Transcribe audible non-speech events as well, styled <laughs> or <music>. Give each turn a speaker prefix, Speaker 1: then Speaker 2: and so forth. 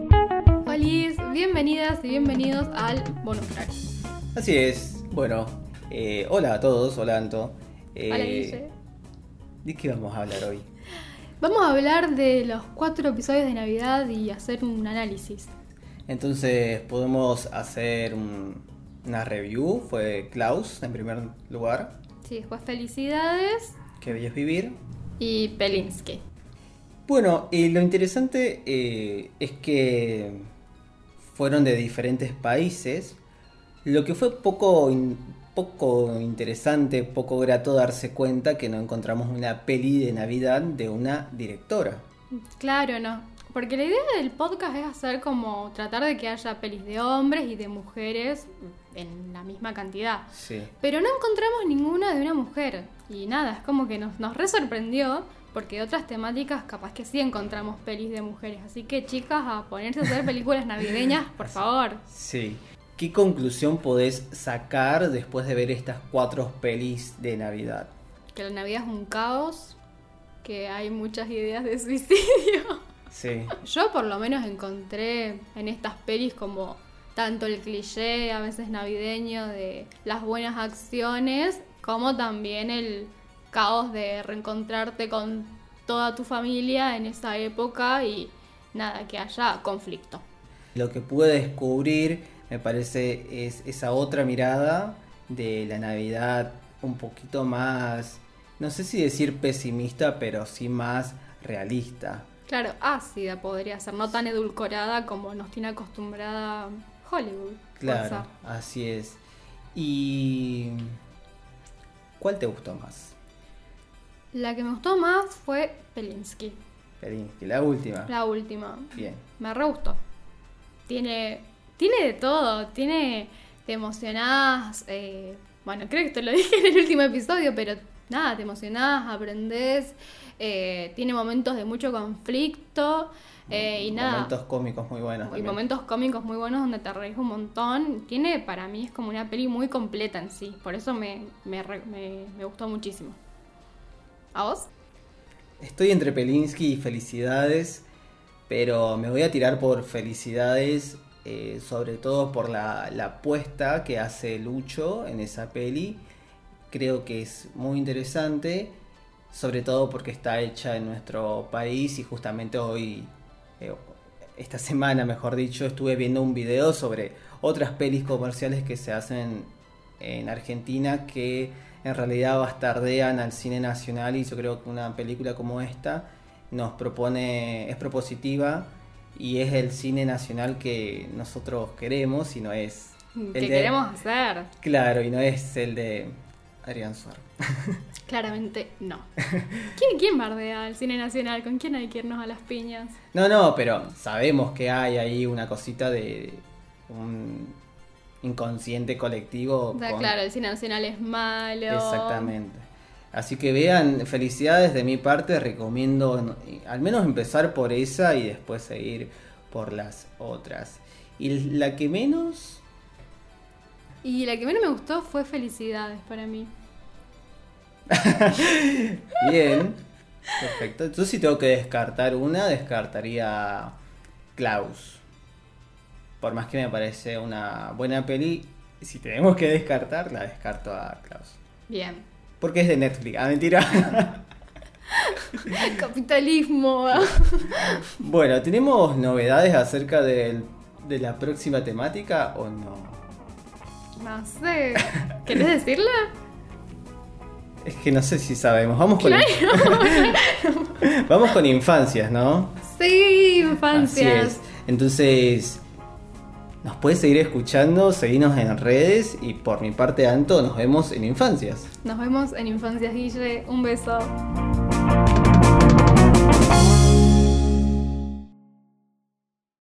Speaker 1: Hola, bienvenidas y bienvenidos al bonus track.
Speaker 2: Así es. Bueno, eh, hola a todos, hola Anto. Eh,
Speaker 1: Hola, Guille.
Speaker 2: ¿De qué vamos a hablar hoy?
Speaker 1: Vamos a hablar de los cuatro episodios de Navidad y hacer un análisis.
Speaker 2: Entonces, podemos hacer un- una review. Fue Klaus, en primer lugar.
Speaker 1: Sí, después felicidades
Speaker 2: Qué bello es vivir.
Speaker 1: y Pelinsky.
Speaker 2: Bueno, eh, lo interesante eh, es que fueron de diferentes países. Lo que fue poco, in- poco interesante, poco grato darse cuenta que no encontramos una peli de Navidad de una directora.
Speaker 1: Claro, no. Porque la idea del podcast es hacer como tratar de que haya pelis de hombres y de mujeres en la misma cantidad.
Speaker 2: Sí.
Speaker 1: Pero no encontramos ninguna de una mujer. Y nada, es como que nos, nos re sorprendió, porque otras temáticas capaz que sí encontramos pelis de mujeres. Así que chicas, a ponerse a hacer películas navideñas, por favor.
Speaker 2: Sí. ¿Qué conclusión podés sacar después de ver estas cuatro pelis de Navidad?
Speaker 1: Que la Navidad es un caos, que hay muchas ideas de suicidio.
Speaker 2: Sí.
Speaker 1: Yo por lo menos encontré en estas pelis como tanto el cliché a veces navideño de las buenas acciones, como también el caos de reencontrarte con toda tu familia en esa época y nada, que haya conflicto.
Speaker 2: Lo que pude descubrir, me parece, es esa otra mirada de la Navidad un poquito más, no sé si decir pesimista, pero sí más realista.
Speaker 1: Claro, ácida podría ser, no tan edulcorada como nos tiene acostumbrada Hollywood.
Speaker 2: Claro,
Speaker 1: Gonza.
Speaker 2: así es. ¿Y cuál te gustó más?
Speaker 1: La que me gustó más fue Pelinsky,
Speaker 2: Perinsky, la última.
Speaker 1: la última.
Speaker 2: Bien.
Speaker 1: Me re gustó. Tiene, tiene de todo. Tiene. Te emocionás. eh, bueno, creo que te lo <laughs> dije en el último episodio, pero nada, te emocionás, aprendés. eh, tiene momentos de mucho conflicto. eh, y nada.
Speaker 2: Momentos cómicos muy buenos.
Speaker 1: y
Speaker 2: también.
Speaker 1: momentos cómicos muy buenos donde te reís un montón. Tiene, para mí, es como una peli muy completa en sí. Por eso me, me re- me- me gustó muchísimo. ¿A vos?
Speaker 2: Estoy entre Pelinsky y Felicidades, pero me voy a tirar por Felicidades, eh, sobre todo por la, la apuesta que hace Lucho en esa peli. Creo que es muy interesante, sobre todo porque está hecha en nuestro país y justamente hoy, eh, esta semana mejor dicho, estuve viendo un video sobre otras pelis comerciales que se hacen en Argentina que en realidad bastardean al cine nacional y yo creo que una película como esta nos propone, es propositiva y es el cine nacional que nosotros queremos y no es... el
Speaker 1: ¿Qué
Speaker 2: de-
Speaker 1: Mm, queremos hacer?
Speaker 2: Claro, y no es el de Adrián Suárez.
Speaker 1: Claramente no.
Speaker 2: <laughs>
Speaker 1: ¿Quién, ¿Quién bardea al cine nacional? ¿Con quién hay que irnos a las piñas?
Speaker 2: No, no, pero sabemos que hay ahí una cosita de un inconsciente colectivo.
Speaker 1: O sea,
Speaker 2: con-
Speaker 1: claro, el cine nacional es malo.
Speaker 2: Exactamente. Así que vean, felicidades de mi parte, recomiendo no, y- al menos empezar por esa y después seguir por las otras. Y la que menos,
Speaker 1: Y la que menos me gustó fue Felicidades para mí.
Speaker 2: bien. Perfecto. Yo si tengo que descartar una, descartaría Klaus. Por más que me parece una buena peli, si tenemos que descartar, la descarto a Klaus. <laughs>
Speaker 1: Bien.
Speaker 2: Porque es de Netflix, ah, mentira. <laughs>
Speaker 1: Capitalismo.
Speaker 2: Bueno, ¿tenemos novedades acerca del- de la próxima temática o no?
Speaker 1: no sé. ¿Querés decirla?
Speaker 2: Es que no sé si sabemos. Vamos con, Vamos con infancias, ¿no?
Speaker 1: Sí,
Speaker 2: Así es.
Speaker 1: infancias.
Speaker 2: Entonces, nos puedes seguir escuchando, seguirnos en redes y por mi parte, Anto, nos vemos en infancias.
Speaker 1: Nos vemos en Infancias Guille. Un beso.